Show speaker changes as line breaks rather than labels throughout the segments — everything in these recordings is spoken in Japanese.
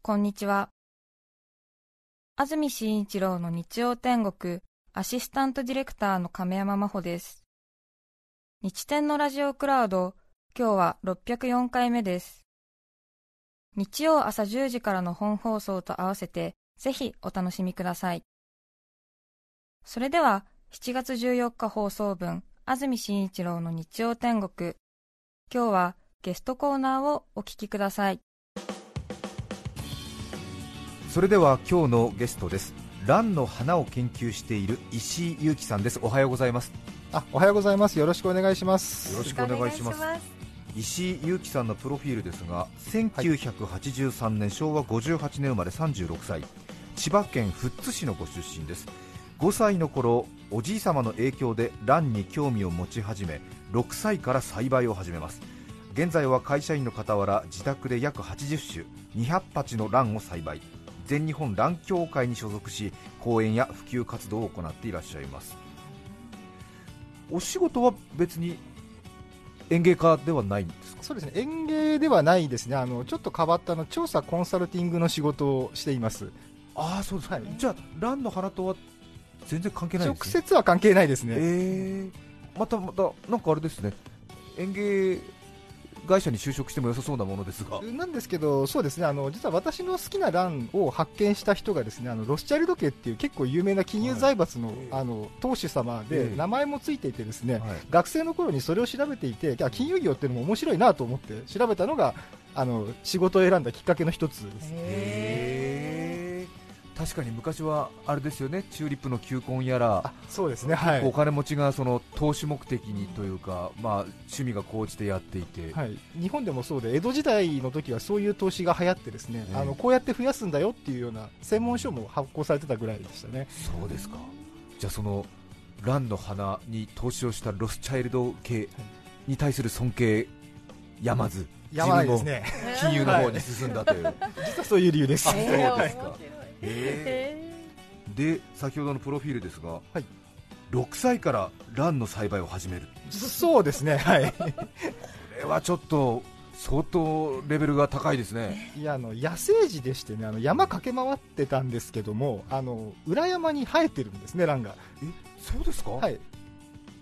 こんにちは。安住紳一郎の日曜天国、アシスタントディレクターの亀山真帆です。日天のラジオクラウド、今日は604回目です。日曜朝10時からの本放送と合わせて、ぜひお楽しみください。それでは、7月14日放送分、安住紳一郎の日曜天国、今日はゲストコーナーをお聞きください。
それでは今日のゲストですランの花を研究している石井裕樹さんですおはようございます
あ、おはようございます。よろしくお願いし
よ
ま
ろ
す。
しくお願いします石井裕樹さんのプロフィールですが1983年、昭和58年生まれ36歳千葉県富津市のご出身です5歳の頃おじい様の影響でランに興味を持ち始め6歳から栽培を始めます現在は会社員の傍ら自宅で約80種200鉢のランを栽培全日本ラン協会に所属し講演や普及活動を行っていらっしゃいますお仕事は別に園芸家ではないんですか
そうですね。園芸ではないですね。あのちょっと変わったあの調査コンサルティングの仕事をしています。
ああそうですか、
はい
じゃあランの花とは全然関係ないん
直
ですね
接は関係ないですね。
えー、またまたなんかあれですね園芸会社に就職しても良さそうなものですが
なんですけど、そうですね。あの実は私の好きなランを発見した人がですね、あのロスチャイルド家っていう結構有名な金融財閥の、
はい
あの当主様で、
ええ
名前もついていてですね、
はい
学生の頃にそれを調べていて、あ金融業っていうのも面白いなと思って調べたのがあの仕事を選んだきっかけの一つです。
へー確かに昔はあれですよねチューリップの球根やら
あ、そうですね。はい。
お金持ちがその投資目的にというか、まあ、趣味が高じてやっていて、
はい、日本でもそうで江戸時代の時はそういう投資が流行ってですね、
ええ
あのこうやって増やすんだよっていうような専門書も発行されてたぐらいでしたね
そうですかじゃあそのランの花に投資をしたロスチャイルド系に対する尊敬やまず
やばいですね
自分も金融の方に進んだという、
実はそういう理由です
あそうですかへーで先ほどのプロフィールですが、
はい
6歳からランの栽培を始める
そうですねはい
これはちょっと相当レベルが高いですね
いやあの野生児でしてねあの山駆け回ってたんですけどもあの裏山に生えてるんですねランが、
えそうですか、
はい、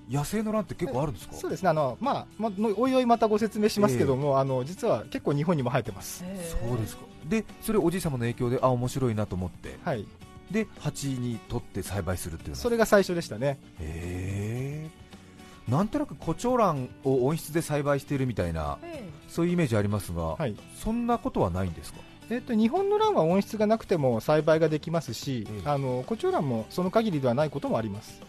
野生のランって結構あるんですか、
そうですねあの、まあまのおいおいまたご説明しますけども、あの実は結構日本にも生えてます、
そうですかでそれおじい様の影響であ面白いなと思って
はい、
で鉢に取って栽培するっていうの
それが最初でしたね
へえなんとなくコチョウランを温室で栽培しているみたいなそういうイメージありますが、
はい
そんなことはないんですか
えっと日本のランは温室がなくても栽培ができますし、
うん
あのコチョウランもその限りではないこともあります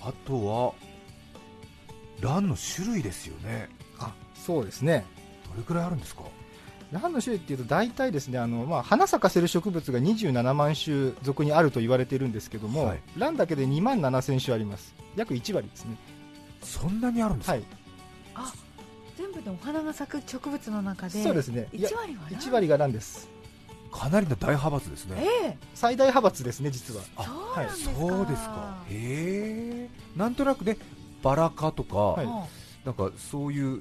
あとはランの種類ですよね
あそうですね
どれくらいあるんですか
ランの種類っていうと大体ですねあの、まあ、花咲かせる植物が27万種属にあると言われているんですけども、
はい
ランだけで2万7000種あります約1割ですね
そんなにあるんですか、
はい
あ全部でお花が咲く植物の中で
そうですねいや
1割は
1割がランです
かなりの大派閥ですね
ええ
最大派閥ですね実は
あ
そうなんですか、
そうですかへえなんとなくねバラ科とか、
はい
も
なんかそういう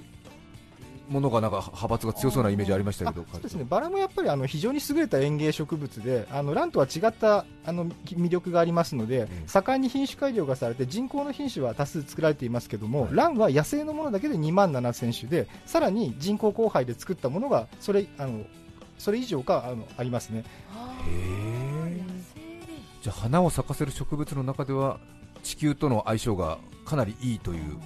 ものがなんか派閥が強そうなイメージありました
あ
けど、
そうですねバラもやっぱりあの非常に優れた園芸植物であのランとは違ったあのき魅力がありますので、
うん
盛んに品種改良がされて人工の品種は多数作られていますけども、
はい
ランは野生のものだけで2万7000種でさらに人工交配で作ったものがそれあのそれ以上かあのありますね
うあ
へ
あ野
え
生で
じゃあ花を咲かせる植物の中では地球との相性がかなりいいという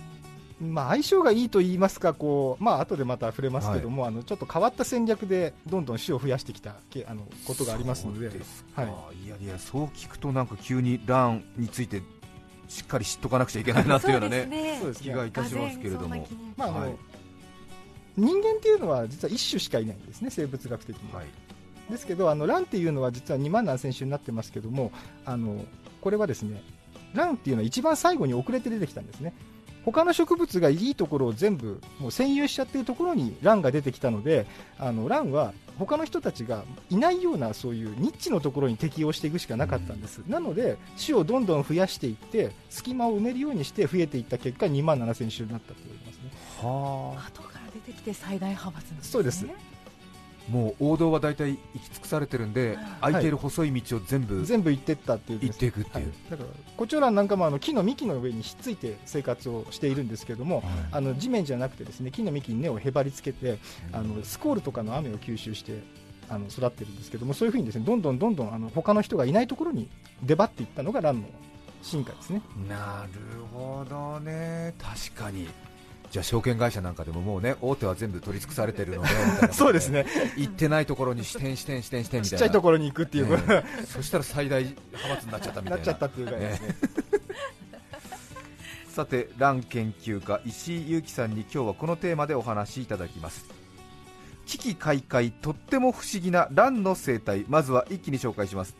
まあ、相性がいいと言いますか、こうまあ後でまた触れますけども、あのちょっと変わった戦略でどんどん種を増やしてきたけあのことがありますので
そうすか、
はい
やいやそう聞くとなんか急にランについてしっかり知っとかなくちゃいけないなというようなね
そうですね
そうです
気
ね
がいたしますけれども
俄然そんな気に
まああの
はい
人間っていうのは実は一種しかいないんですね生物学的には、
はい
ですけどあの卵っていうのは実は2万何千種になってますけどもあのこれはですね卵っていうのは一番最後に遅れて出てきたんですね他の植物がいいところを全部もう占有しちゃってるところに卵が出てきたのであの卵は他の人たちがいないようなそういうニッチのところに適応していくしかなかったんです、なので種をどんどん増やしていって隙間を埋めるようにして増えていった結果2万7000種になったと言いますね
はあ
後から出てきて最大派閥なんですね
そうです
もう王道は大体行き尽くされてるんで
い
空いてる細い道を全部
全部行ってったっていうですね
行っていくって
はい
いう、、
だからコチョウランなんかもあの木の幹の上にひっついて生活をしているんですけども、あの地面じゃなくてですね木の幹に根をへばりつけてあのスコールとかの雨を吸収してあの育ってるんですけどもそういうふうにですねどんどんどんどんあの他の人がいないところに出張っていったのがランの進化ですね
なるほどね確かにじゃあ証券会社なんかでももうね大手は全部取り尽くされてるのでみたいなことで
そうですね
行ってないところに支店支店支店支店み
ち
た
っ
いな
ちゃいところに行くっていうこと
ええそしたら最大派閥になっちゃったみ
に
た
ない
な
っちゃったっていうぐらいですね
さてラン研究家石井裕樹さんに今日はこのテーマでお話しいただきます危機開会とっても不思議なランの生態まずは一気に紹介します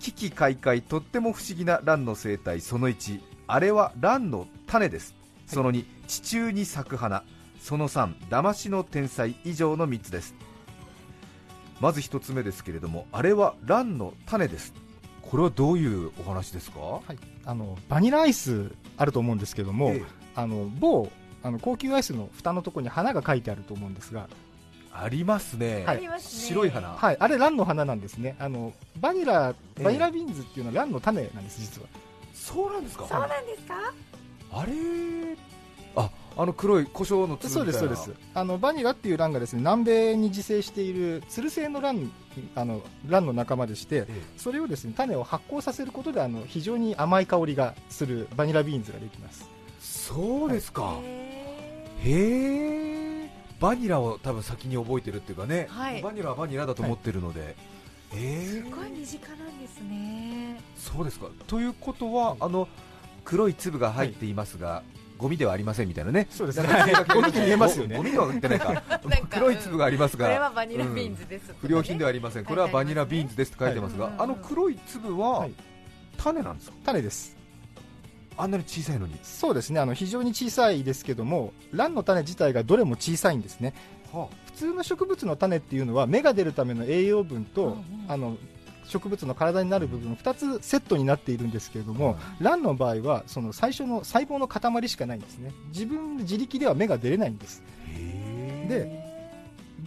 危機開会とっても不思議なランの生態その1あれはランの種ですその2地中に咲く花その3だましの天才以上の3つですまず1つ目ですけれどもあれはランの種ですこれはどういうお話ですか、
はい、あのバニラアイスあると思うんですけども、
ええ
あの某あの高級アイスの蓋のところに花が書いてあると思うんですが
ありますね、
はい
ありますね
白い花、
はい、あれ、ランの花なんですね。あのバニラ、
ええ
バニラビーンズっていうのはランの種なんです、実は。
そうなんですか
そうなんですか
あれああの黒い胡椒の粒みた
そ
いうな
です、そうです。あのバニラっていうランがですね、南米に自生しているツル性のラン、あのランの仲間でして、
え
それをですね、種を発酵させることで、あの非常に甘い香りがするバニラビーンズができます。
えそうですか、
へ
へえバニラを多分先に覚えてるっていうかね、
はい
バニラはバニラだと思ってるので、
ー
え
すごい身近なんですね
そうですかということは、あの黒い粒が入っていますが、ゴミではありませんみたいなね
そうです
な
ね
んか正確
ゴ
に
ミに見えますよ
ゴ
ね。
ミとは言ってないか
うん
黒い粒があります
こ
が
れはバニラビーンズです、
不良品で
は
はありません、
ね
これはバニラビーンズですって書いてますが、
はい
あの黒い粒は
はい
種なんですか、
種です。
あんなに小さいのに、
そうですね。あの非常に小さいですけども、ランの種自体がどれも小さいんですね。
は
普通の植物の種っていうのは芽が出るための栄養分と、
うんうん
あの植物の体になる部分2つセットになっているんですけれども、卵の場合はその最初の細胞の塊しかないんですね自分で自力では芽が出れないんですで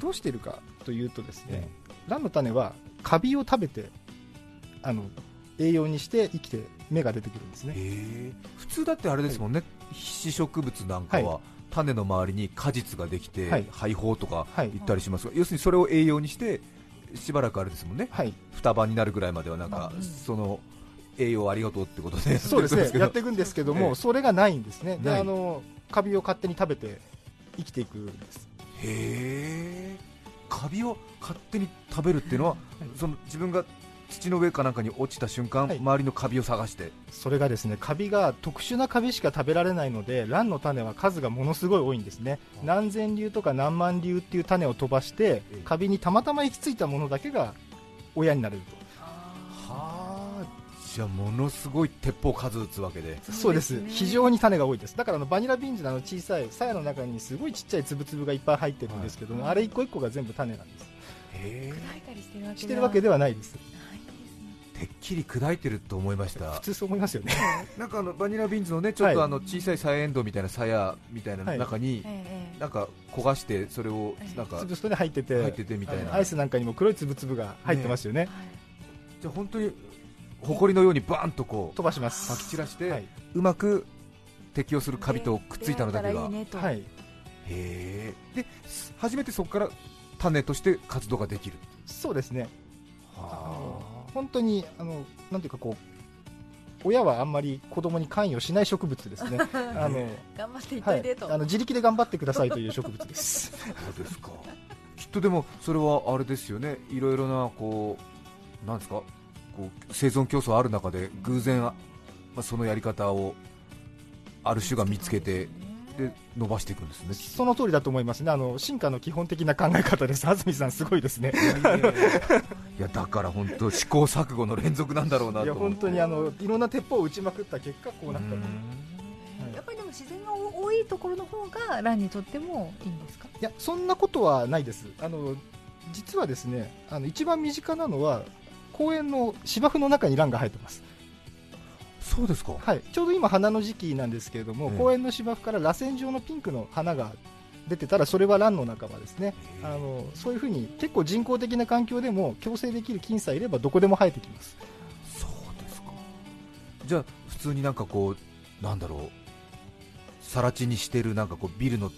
どうしてるかというとですね、卵の種はカビを食べてあの栄養にして生きて芽が出てくるんですね
へえ普通だってあれですもんね、被子植物なんかは、
は
種の周りに果実ができて、
はい
配胞とか
はい
言ったりしますが、要するにそれを栄養にしてしばらくあれですもんね
はい
双葉になるぐらいまではなんか、
うん
その栄養ありがとうってことで
そうです
やってるんけ
ね、
ど
やっていくんですけど
ええ
も、それがないんですね、で
ない
あのカビを勝手に食べて生きていくんです、
へえカビを勝手に食べるっていうのは、
はい
その自分が土の上かなんかに落ちた瞬間、
はい
周りのカビを探して
それがですねカビが特殊なカビしか食べられないのでランの種は数がものすごい多いんですね
あ
何千粒とか何万粒っていう種を飛ばして
ええ
カビにたまたま行き着いたものだけが親になれる
はあじゃあものすごい鉄砲数打つわけで
と
そうですね
非常に種が多いですだからあのバニラビーンズのあの小さい鞘の中にすごいちっちゃい粒々がいっぱい入ってるんですけども、
はい
あれ一個一個が全部種なんです
へえ
砕いたりしてるわけでは
してるわけではないです
ないんですね
てっきり砕いてると思いまし
普
た
通そう思いますよね
なんかあのバニラビーンズのねちょっと
はい
あの小さいサイエンドウみたいな鞘みたいなの中に、
ええええ
なんか焦がしてそれを
ええ
なんか
粒々に入ってて
入っててみたい
あ
な
のアイスなんかにも黒い粒々が入ってますよね
はい
じゃあ本当に埃のようにバーンとこう
飛ばします
撒き散らして、
はいう
まく適応するカビとくっついたのだけ
出会
が
えらいいねと
はい
へえです初めてそこから種として活動ができる
そうですね
は
本当にあのなんていうかこう親はあんまり子供に関与しない植物ですね。
あ
あの、
頑張っていた
は
だいて
い、
と、
あの自力で頑張ってくださいという植 物です。
そうですか。 きっとでもそれはあれですよね。いろいろなこうなんですか、こう生存競争ある中で偶然あまあそのやり方をある種が見つけてで伸ばしていくんですねきっ
その通りだと思いますね、あの進化の基本的な考え方です、安住さん、すごいですね、
といやだから本当試行錯誤の連続なんだろうない
や
と思う
本当にあのいろんな鉄砲を打ちまくった結果、こうなったと
う
い
ん
はい
やっぱりでも自然が多いところの方がランにとってもいいんですか
や、そんなことはないです、あの実はですねあの一番身近なのは、公園の芝生の中にランが生えてます、
そうですか
はい、ちょうど今、花の時期なんですけれども、
ええ
公園の芝生から螺旋状のピンクの花が出てたら、それはランの仲間ですね。あのそういうふうに結構人工的な環境でも共生できる菌さえいればどこでも生えてきます
そうですかじゃあ普通になんかこうなんだろう更地にしてるなんかこうビルの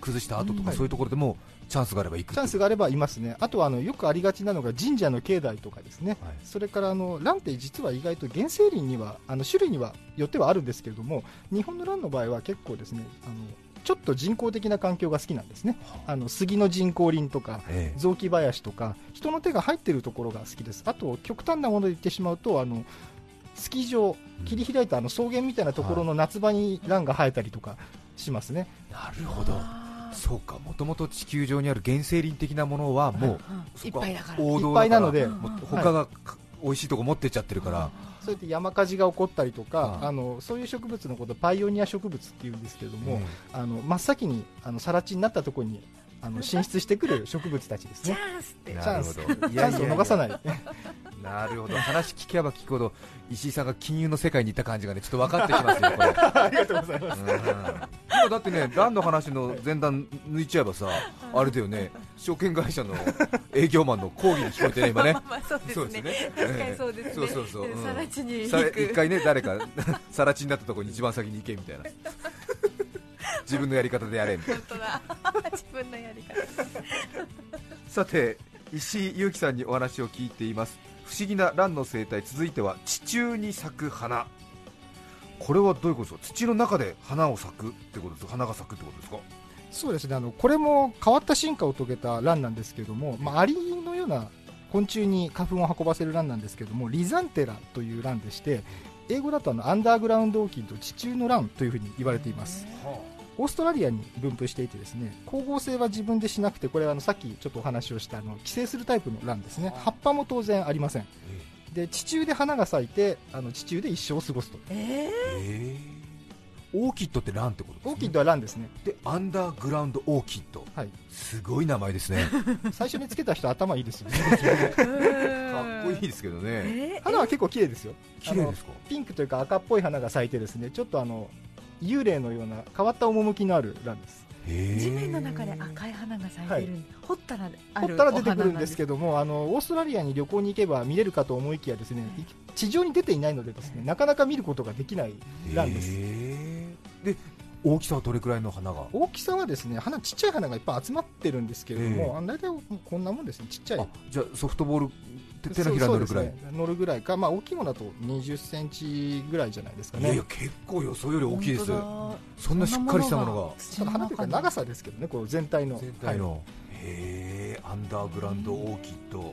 崩した後と
は
か
い
そういうところでもチャンスがあれば行く
チャンスがあればいますね、あとはあのよくありがちなのが神社の境内とかですね、
はい
それからあのランって実は意外と原生林には、あの種類にはよってはあるんですけれども、日本のランの場合は結構ですね、あのちょっと人工的な環境が好きなんですね、あの杉の人工林とか、
ええ
雑木林とか、人の手が入っているところが好きです、あと極端なもので言ってしまうと、あのスキー場、切り開いたあの草原みたいなところの夏場にランが生えたりとかしますね。
なるほど
あー
そうかもともと地球上にある原生林的なものはもう
うん
そ
いっ
こは
ぱいだから
王道
いっぱいな
だ
の
か
で
らもう他がか美味しいとこ持ってっちゃってるから
そうやって山火事が起こったりとか、
はい
あのそういう植物のことをパイオニア植物っていうんですけれども、
もう
あの真っ先にあの更地になったところにあの進出してくる植物たちです
チ
ね。
ャンスって
チャンス
な
チ
るほどいや
ャンスを逃さないい。
やいやなるほど話聞けば聞くほど石井さんが金融の世界にいた感じがねちょっと分かってきますよこれ
ありがとうございま
うん今だってね、ランの話の前段抜いちゃえばさ、あれだよね、証券会社の営業マンの講義に聞こえてね、今ね
まあ。まあそうですね確かにそうですね
そうそうそう、
さら地に行く
さ一回ね、誰か、さら地になったところに一番先に行けみたいな、自分のやり方でやれみたいな。
本当だ 自分のやり方
さて石井裕樹さんにお話を聞いています不思議な蘭の生態続いては地中に咲く花これはどういうことですか土の中で花を咲くってことですか花が咲くってことですか
そうですね。あのこれも変わった進化を遂げたランなんですけれども、まあアリのような昆虫に花粉を運ばせるランなんですけれども、リザンテラというランでして、英語だとあのアンダーグラウンドオーキッド地中のランというふうに言われています。オーストラリアに分布していてですね光合成は自分でしなくてこれはあのさっきちょっとお話をしたあの寄生するタイプのランですね葉っぱも当然ありませんで地中で花が咲いてあの地中で一生を過ごすと
え
えオーキッドって蘭ってことです、ね、
オーキッドはランですね
でアンダーグラウンドオーキッド
はい
すごい名前ですね
最初につけた人頭いい ですよね
ー
かっこいいですけどね
え
花は結構綺麗ですよ
綺麗ですか
ピンクというか赤っぽい花が咲いてですねちょっとあの幽霊のような変わった趣のあるランです
へえ
地面の中で赤い花が咲いてる、掘ったらある
掘ったら出てくるんです
ど
けどもあのオーストラリアに旅行に行けば見れるかと思いきやですね地上に出ていないのでですねなかなか見ることができないランです
へえで大きさはどれくらいの花が
大きさはですね花ちっちゃい花がいっぱい集まってるんですけれど
ええ
も、あの大体こんなもんですねちっちゃい
あじゃあソフトボール手手のひらに乗るくらい、
そうそうですね乗るぐらいか、まあ、大きいものだと2 0センチぐらいじゃないですか
いやい
ね
や結構予想より大きいですそんなしっ
ん
かりしたもの
ただ花というか長
さ
さですけどねこう全体
が
の
全体
はい
の、へえアンダーグラウンドオーキッド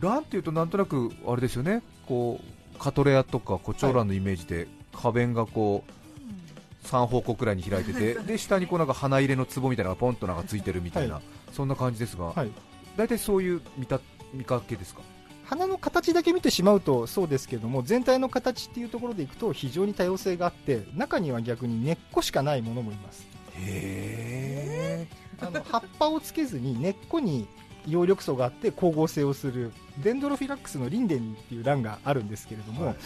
ランっていうとなんとなくあれですよねこうカトレアとかコチョウランのイメージで花弁がこう3方向くらいに開いててで下にこうなんか花入れの壺みたいなのがポンとなんかついてるみたいな、
は
そんな感じですが
はい
大体そういう見た見かけですか
花の形だけ見てしまうとそうですけども全体の形っていうところでいくと非常に多様性があって中には逆に根っこしかないものもい ます
へえ
あの葉っぱをつけずに根っこに葉緑素があって光合成をするデンドロフィラックスのリンデニンっていうランがあるんですけれども、
はい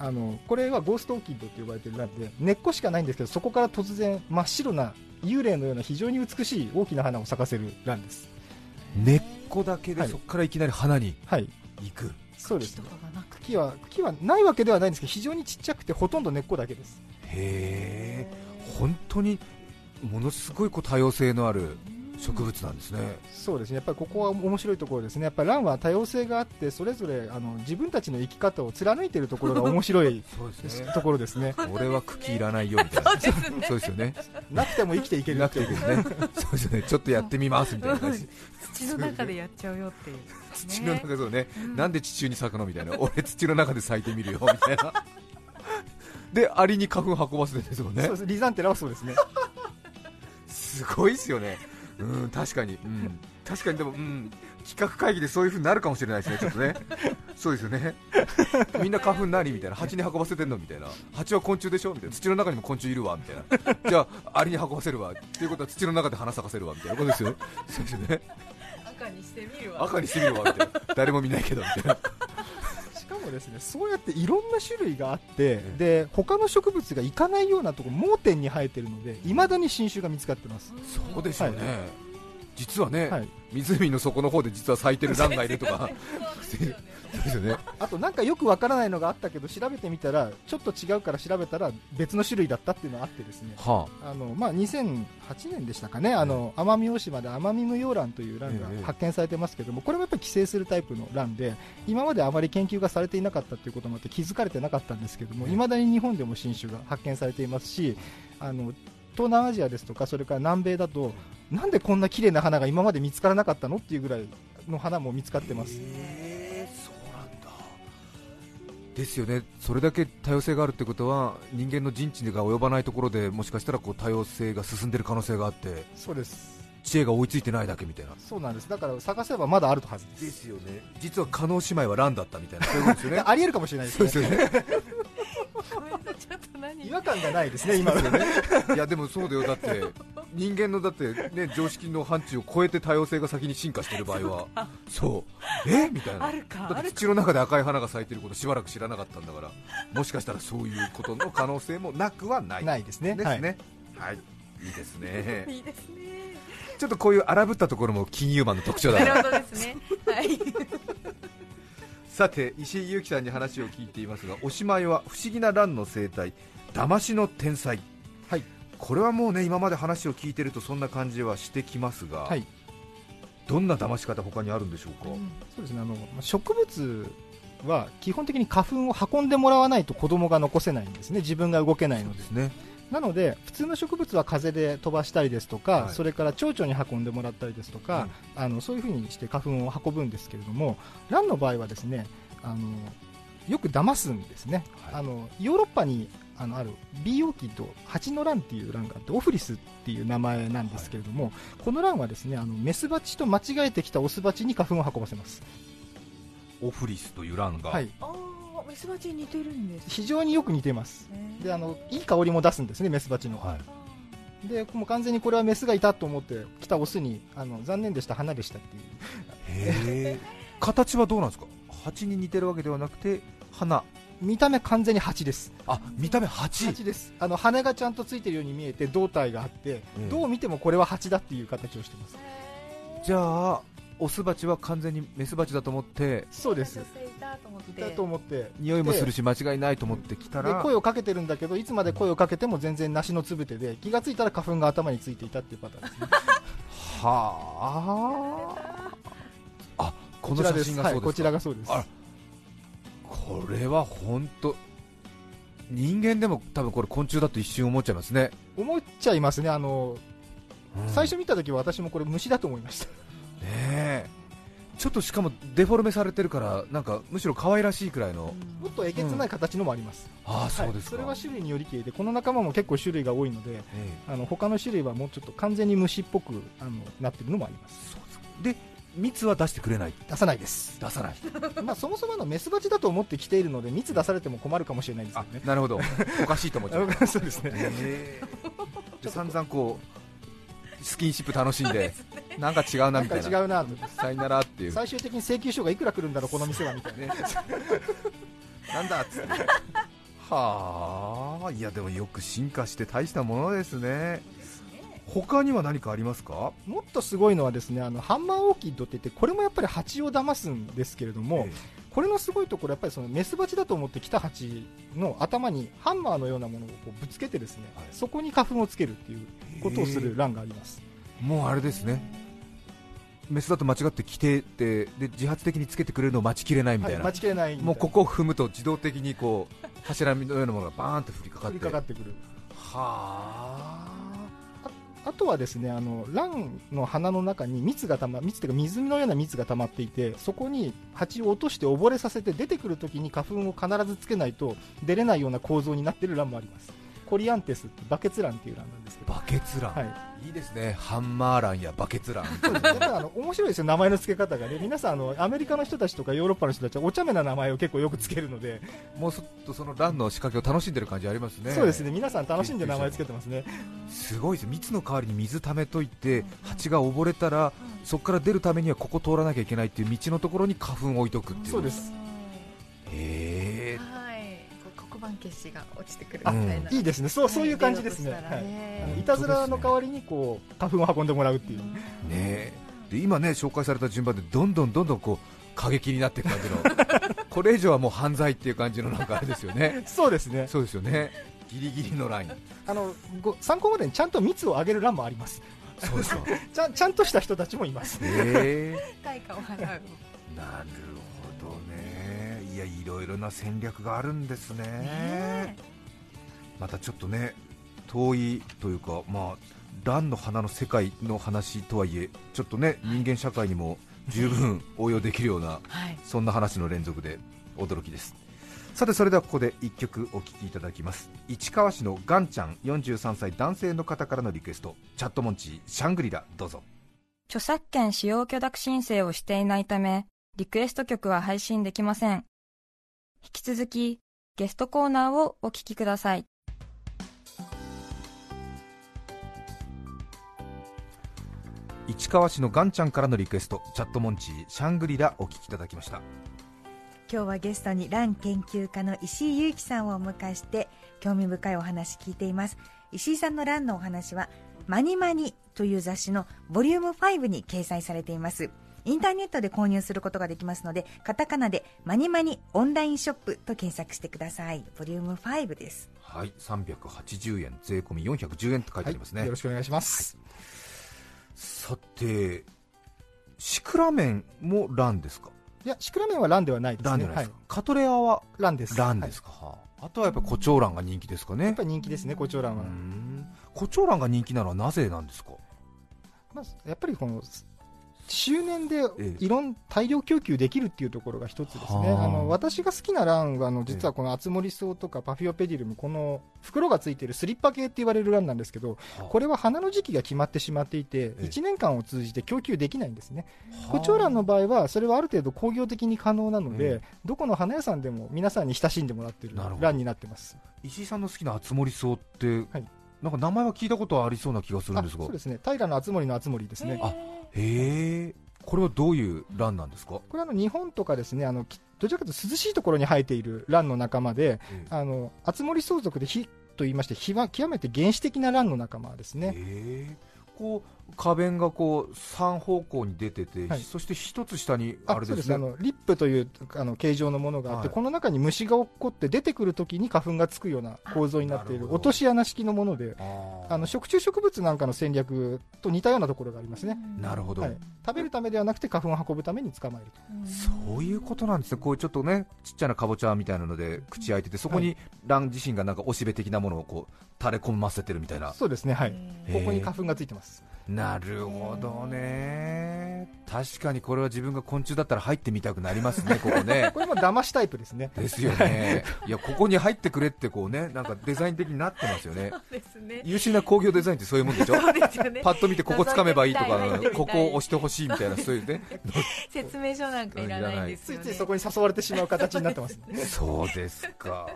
あのこれはゴーストオーキッドと呼ばれてるランで根っこしかないんですけどそこから突然真っ白な幽霊のような非常に美しい大きな花を咲かせるランです
根っこだけで
はい
そこからいきなり花に
はい
行く、
そうで
木
す
とかがなく
茎は茎はないわけではないんですけど非常にちっちゃくてほとんど根っこだけです
へえ本当にものすごいこう多様性のある植物なんですね、
そうですねやっぱりここは面白いところですねやっぱりランは多様性があってそれぞれあの自分たちの生き方を貫いているところが面白い
そう ですね
ところですね
俺は茎いらないよみたいなそうですねそうですよね
なくても生きていける
な
っ
く
て
てい
い
ういですねそうですよねちょっとやってみますみたいな感じ
土の中でやっちゃうよっていう、ね、
土の中そうね、なんで地中に咲くのみたいな俺土の中で咲いてみるよみたいなでアリに花粉運ばせてるんですもんね
そうですリザンテラはそうですね
すごいですよね、うん、確かに、うん、確かにでも、うん、企画会議でそういう風になるかもしれないですね、ちょっとね、そうですよね、みんな花粉何みたいな、蜂に運ばせてんのみたいな、蜂は昆虫でしょみたいな、土の中にも昆虫いるわみたいな、じゃあ、アリに運ばせるわ、っていうことは土の中で花咲かせるわみたいなことですよね、そうですよね
赤にしてみるわ
赤にしてみるわみたいな、誰も見ないけどみたいな、
しかもですねそうやっていろんな種類があってで他の植物がいかないようなところ盲点に生えてるのでいまだに新種が見つかってます、
そうですよね、
は
実はね、
はい、
湖の底の方で実は咲いてるランがいるとか、
そうですよね
そうですよね。
あとなんかよくわからないのがあったけど調べてみたらちょっと違うから調べたら別の種類だったっていうのがあってですね
は
あの、まあ、2008年でしたかねあの奄美大島で奄美無用蘭という蘭が
ええ
発見されてますけどもこれもやっぱり寄生するタイプの蘭で今まであまり研究がされていなかったということもあって気づかれてなかったんですけども
ええ
いまだに日本でも新種が発見されていますしあの東南アジアですとかそれから南米だとなんでこんな綺麗な花が今まで見つからなかったのっていうぐらいの花も見つかってます。
えーそうなんだですよね、それだけ多様性があるってことは人間の人知が及ばないところでもしかしたらこう多様性が進んでる可能性があって
そうです
知恵が追いついてないだけみたいな。
そうなんですだから探せばまだあるはずです。
ですよね実は加納姉妹はランだったみたいな、そういうことですよね
ありえるかもしれないです
そう
ね
です よね
ごめんなさい ちょっと何
違和感がないですね今の
そうですよねいやでもそうだよ、だって人間のだって、ね、常識の範疇を超えて多様性が先に進化してる場合は、そうえみたいな、
あるか
だ
あ
って
る
土の中で赤い花が咲いてることしばらく知らなかったんだからもしかしたらそういうことの可能性もなくはない
ないですね
です
はい
ねはい、い、いですね
いいですね
ちょっとこういう荒ぶったところも金融マンの特徴 だ
なる
な
ほどですね はい
さて石井祐希さんに話を聞いていますがおしまいは不思議な蘭の生態騙しの天才
はい
これはもうね今まで話を聞いてるとそんな感じはしてきますが、
はい
どんな騙し方他にあるんでしょうか、
そうですねあのまあ植物は基本的に花粉を運んでもらわないと子供が残せないんですね自分が動けないので
ですね
なので普通の植物は風で飛ばしたりですとか、
はい
それから蝶々に運んでもらったりですとか、あのそういうふうにして花粉を運ぶんですけれどもランの場合はですねあのよく騙すんですね、
はい
あのヨーロッパにあのある B オーキッドハチのランっていうランがあってオフリスっていう名前なんですけれども、このランはですねあのメスバチと間違えてきたオスバチに花粉を運ばせます、
オフリスという蘭が、
はい、
ああメスバチに似てるんです
非常によく似ています
ね
であのいい香りも出すんですねメスバチの、
はい
でもう完全にこれはメスがいたと思って来たオスにあの残念でした花でしたっていう
へえ形はどうなんですか蜂に似てるわけではなくて花
見た目完全にハチです
あ見た目蜂
蜂ですあの羽がちゃんとついてるように見えて胴体があって、
ええ
どう見てもこれは蜂だっていう形をしてます
じゃあオスバチは完全にメスバチだと思って
そうで
女
す
性いたと思っ
い
て
たと思って
匂いもするし間違いないと思ってきた
で
ら
声をかけてるんだけどいつまで声をかけても全然梨のつぶてで気がついたら花粉が頭についていたっていうパターンですね
はああこの
ちら
写
です
真がそう
はい、こ
で
ち
す
ら
か
がそうです
あらこれは本当人間でも多分これ昆虫だと一瞬思っちゃいますね、
思っちゃいますねあの、
うん
最初見た時は私もこれ虫だと思いました
ねえちょっとしかもデフォルメされてるからなんかむしろ可愛らしいくらいの、
もっとえげつない形のもあります、
ああ
は
そ
いう
ですか、
それは種類によりきりでこの仲間も結構種類が多いので
え
あの他の種類はもうちょっと完全に虫っぽくあのなってるのもありま
え
す
そうですかで蜜は出してくれない
出さないです
出さない
まあそもそもあのメスバチだと思って来ているので蜜出されても困るかもしれないですよ
あ
ね。
なるほどおかしいと思っちゃう
そうですね。
えー、で散々こうスキンシップ楽しんでなんか違うな
なん
み
か
たい
違
な
うなと。
さいならっていう
最終的に請求書がいくら来るんだろうこの店はみたいな。
ねなんだっつってはあいやでもよく進化して大したものですね他には何かありますか
もっとすごいのはですねあのハンマーオーキッドって言ってこれもやっぱり蜂を騙すんですけれども、
え
これのすごいところやっぱりそのメスバチだと思って来た蜂の頭にハンマーのようなものをこうぶつけてですね、
はい
そこに花粉をつけるっていうことをする欄があります。
えもうあれですねメスだと間違って来ててで自発的につけてくれるのを待ちきれないみた
はいい、
な、
間違いないみたいな
もうここを踏むと自動的にこう柱のようなものがバーンって降りかかっ
降
て
りかかってくる。
は
あとはですね、あの、ランの花の中に蜜がたま、蜜というか水のような蜜が溜まっていて、そこに蜂を落として溺れさせて出てくるときに花粉を必ずつけないと出れないような構造になっているランもあります。
あ
コリアンテスってバケツランっていうランなんですけど、
バケツラン、
はい、
い、いですねハンマーランやバケツラン
そうですやっぱりあの面白いですよ、名前の付け方がね、皆さんあの、アメリカの人たちとかヨーロッパの人たちはお茶目な名前を結構よくつけるので、
もうちょっとそのランの仕掛けを楽しんでる感じありますね
そうですね皆さん楽しんで名前つけてますね、
すごいです蜜の代わりに水溜めといて蜂が溺れたらそこから出るためにはここ通らなきゃいけないっていう道のところに花粉を置いとくっていう
そうです、
へえ
はいこう黒板消しが落ちてくるみたいな、
いいですね、そうそういう感じですね、
はい
はい
出ようとしたらね
あのいたずらの代わりにこう花粉を運んでもらうっていう、
ねえで今ね紹介された順番でどんどんどんどんこう過激になっていく感じの これ以上はもう犯罪っていう感じのなんかあれですよね
そうですね
そうですよねギリギリのライン
あのご参考までにちゃんと蜜をあげる欄もあります
そうですか
ちゃん、ちゃんとした人たちもいます。
へえ
対価を払う
なるほどねいやいろいろな戦略があるんですね
ね
またちょっとね遠いというかまあランの花の世界の話とはいえちょっとね人間社会にも十分応用できるような
はい
そんな話の連続で驚きですさてそれではここで1曲お聴きいただきます市川市のガンちゃん43歳男性の方からのリクエストチャットモンチーシャングリラどうぞ
著作権使用許諾申請をしていないため、リクエスト曲は配信できません。引き続き、ゲストコーナーをお聞きください。
市川市のガンちゃんからのリクエストチャットモンチーシャングリラお聴きいただきました
今日はゲストにラン研究家の石井祐樹さんをお迎えして興味深いお話聞いています石井さんのランのお話はマニマニという雑誌のボリューム5に掲載されていますインターネットで購入することができますのでカタカナでマニマニオンラインショップと検索してくださいボリューム5です
はい380円税込み410円と書いてありますね、
よろしくお願いします。
さてシクラメンもランですか
い、や、シクラメンはランではないです
ランじ
ね。
ゃない
は
で
い
すか、、カトレアは
ランです。
ランで
はい
すか、はああとはやっぱコチョウランが人気ですか
や
ね
っぱり人気ですね、コチョウラン
う
は。
んコチョウランが人気なのはなぜなんですか
まあ、やっぱりこの周年で
ええ
いろん大量供給できるっていうところが一つですね、
はあ
あの私が好きなランはあの実はこの厚森草とかパフィオペディルムこの袋がついてるスリッパ系って言われるランなんですけどこ
れ
れは花の時期が決まってしまっていて
え
1年間を通じて供給できないんですねコチョウランの場合はそれはある程度工業的に可能なので、
ええ
どこの花屋さんでも皆さんに親しんでもらってる
なるほど
ランになってます
石井さんの好きな熱森草って、
はい
なんか名前は聞いたことありそうな気がするんですが
あそうですね平の厚森の厚森ですね、
あへえこれはどういうランなんですか、
これはあの日本とかですねあのきどちらかというと涼しいところに生えているランの仲間であの厚森相続で火と言いまして火は極めて原始的なランの仲間ですね、
へえこう花弁がこう3方向に出てて、
はい
そして一つ下に
あ
あれ
そ
で
うですす
ね
あのリップというあの形状のものがあって、
はい
この中に虫が落っこって出てくるときに花粉がつくような構造になってい
なる
る
ほど
落とし穴式のもので
あー
あの食虫植物なんかの戦略と似たようなところがありますね、
なるほど、
はい食べるためではなくて花粉を運ぶために捕まえると
そういうことなんですね、こういうちょっとね、ちっちゃなかぼちゃみたいなので、口開いてて、そこにラン自身がなんかおしべ的なものをこう垂れ込ませてるみたいな、
そうですねはい
へ
こ
ー
こに花粉がついてます
なるほどね、確かにこれは自分が昆虫だったら入ってみたくなりますね、ここ ね
こ。れも騙しタイプですね
ですよね、いや、ここに入ってくれって、こうね、なんかデザイン的になってますよね。
ですね
優秀な工業デザインってそういうもんでしょ
そうですよね
パッと見てここ掴めばいいとか
覗いてみたい
ここを押してほしいみたいなそういうね
説明書なんかいらないんです
つい
よ
つい
ね
そこに誘われてしまう形になってますね
そうですか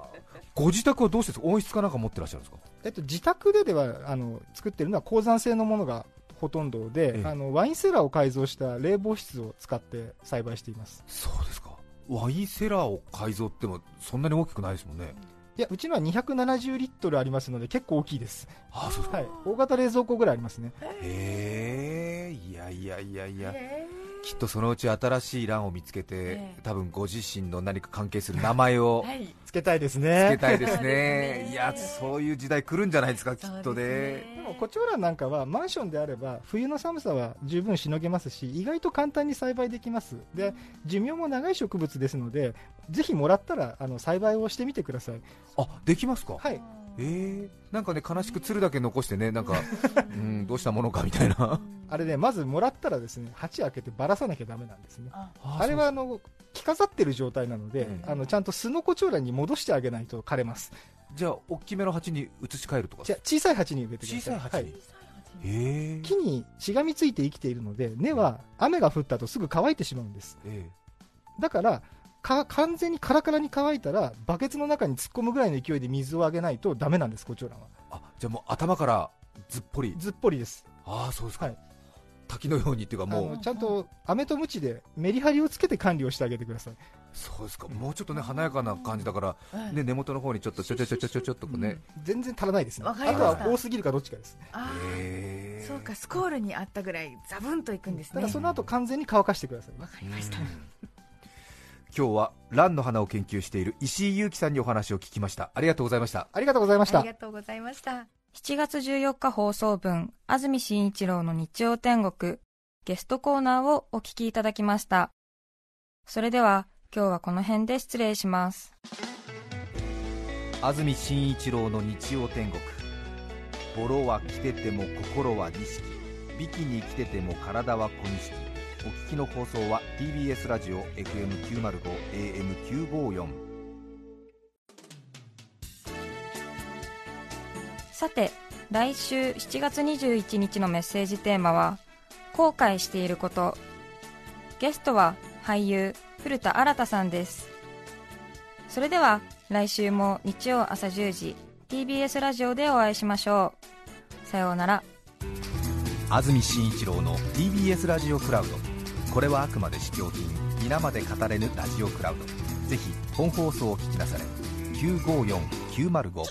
ご自宅はどうしてですか温室かなんか持ってらっしゃるんですか
えっと、自宅でではあの作ってるのは鉱山製のものがほとんどで、
ええ
あのワインセラーを改造した冷房室を使って栽培しています
そうですかワインセラーを改造ってもそんなに大きくないですもんね
いやうちのは270リットルありますので結構大きいです、
ああそうですか
はい、大型冷蔵庫ぐらいありますね
へえいやいやいやいや
へ
きっとそのうち新しい欄を見つけ
え
て
え
多分ご自身の何か関係する名前
ー
を
はい
つけたいです
つけ
ね
たいです
そうです
ね
ね
いやそういう時代来るんじゃないですかきっとね
でもコチョウランなんかはマンションであれば冬の寒さは十分しのげますし意外と簡単に栽培できますで寿命も長い植物ですのでぜひもらったらあの栽培をしてみてください
あできますか
はい
えー、なんかね悲しく鶴だけ残してねなん か、うん、どうしたものかみたいな
あれねまずもらったらですね鉢開けてばらさなきゃダメなんですね
あ
あれはあの期着飾ってる状態なので、
うん
あのちゃんとスノコチョウランに戻してあげないと枯れます。
じゃあ大きめの鉢に移し替えるとか
じゃあ小さい鉢に植えてくだ
小
さい。
さい鉢に、
は
へえ
木にしがみついて生きているので根は雨が降ったとすぐ乾いてしまうんです
え
だからか完全にカラカラに乾いたらバケツの中に突っ込むぐらいの勢いで水をあげないとダメなんですコチョウランは
えあじゃあもう頭からずっぽり
ずっぽりです
ああそうですか、
はい
滝のようにっていうか
あ
もう
のちゃんと飴と鞭でメリハリをつけて管理をしてあげてください
そうですか、もうちょっとね華やかな感じだから、ね、根元の方にちょっとちょちょちょちょちょちょっとこうね、
全然足らないですね
わ
あ
かり
と
ました
は多すぎるかどっちかです
あ
へ
あ
え
そうかスコールにあったぐらいザブンといくんです
た
ね
だその後完全に乾かしてください
わかりました
うん今日はランの花を研究している石井裕樹さんにお話を聞きましたありがとうございました
ありがとうございまし
あ
た
りがとうございました
7月14日放送分、安住紳一郎の日曜天国、ゲストコーナーをお聞きいただきました。それでは、今日はこの辺で失礼します。
安住紳一郎の日曜天国ボロは来てても心は錦ビキに来てても体は小錦お聞きの放送は TBS ラジオ FM905AM954
さて来週7月21日のメッセージテーマは「後悔していること」ゲストは俳優古田新太さんですそれでは来週も日曜朝10時 TBS ラジオでお会いしましょうさようなら
安住紳一郎の TBS ラジオクラウドこれはあくまで試供品皆まで語れぬラジオクラウドぜひ本放送を聞きなされ954905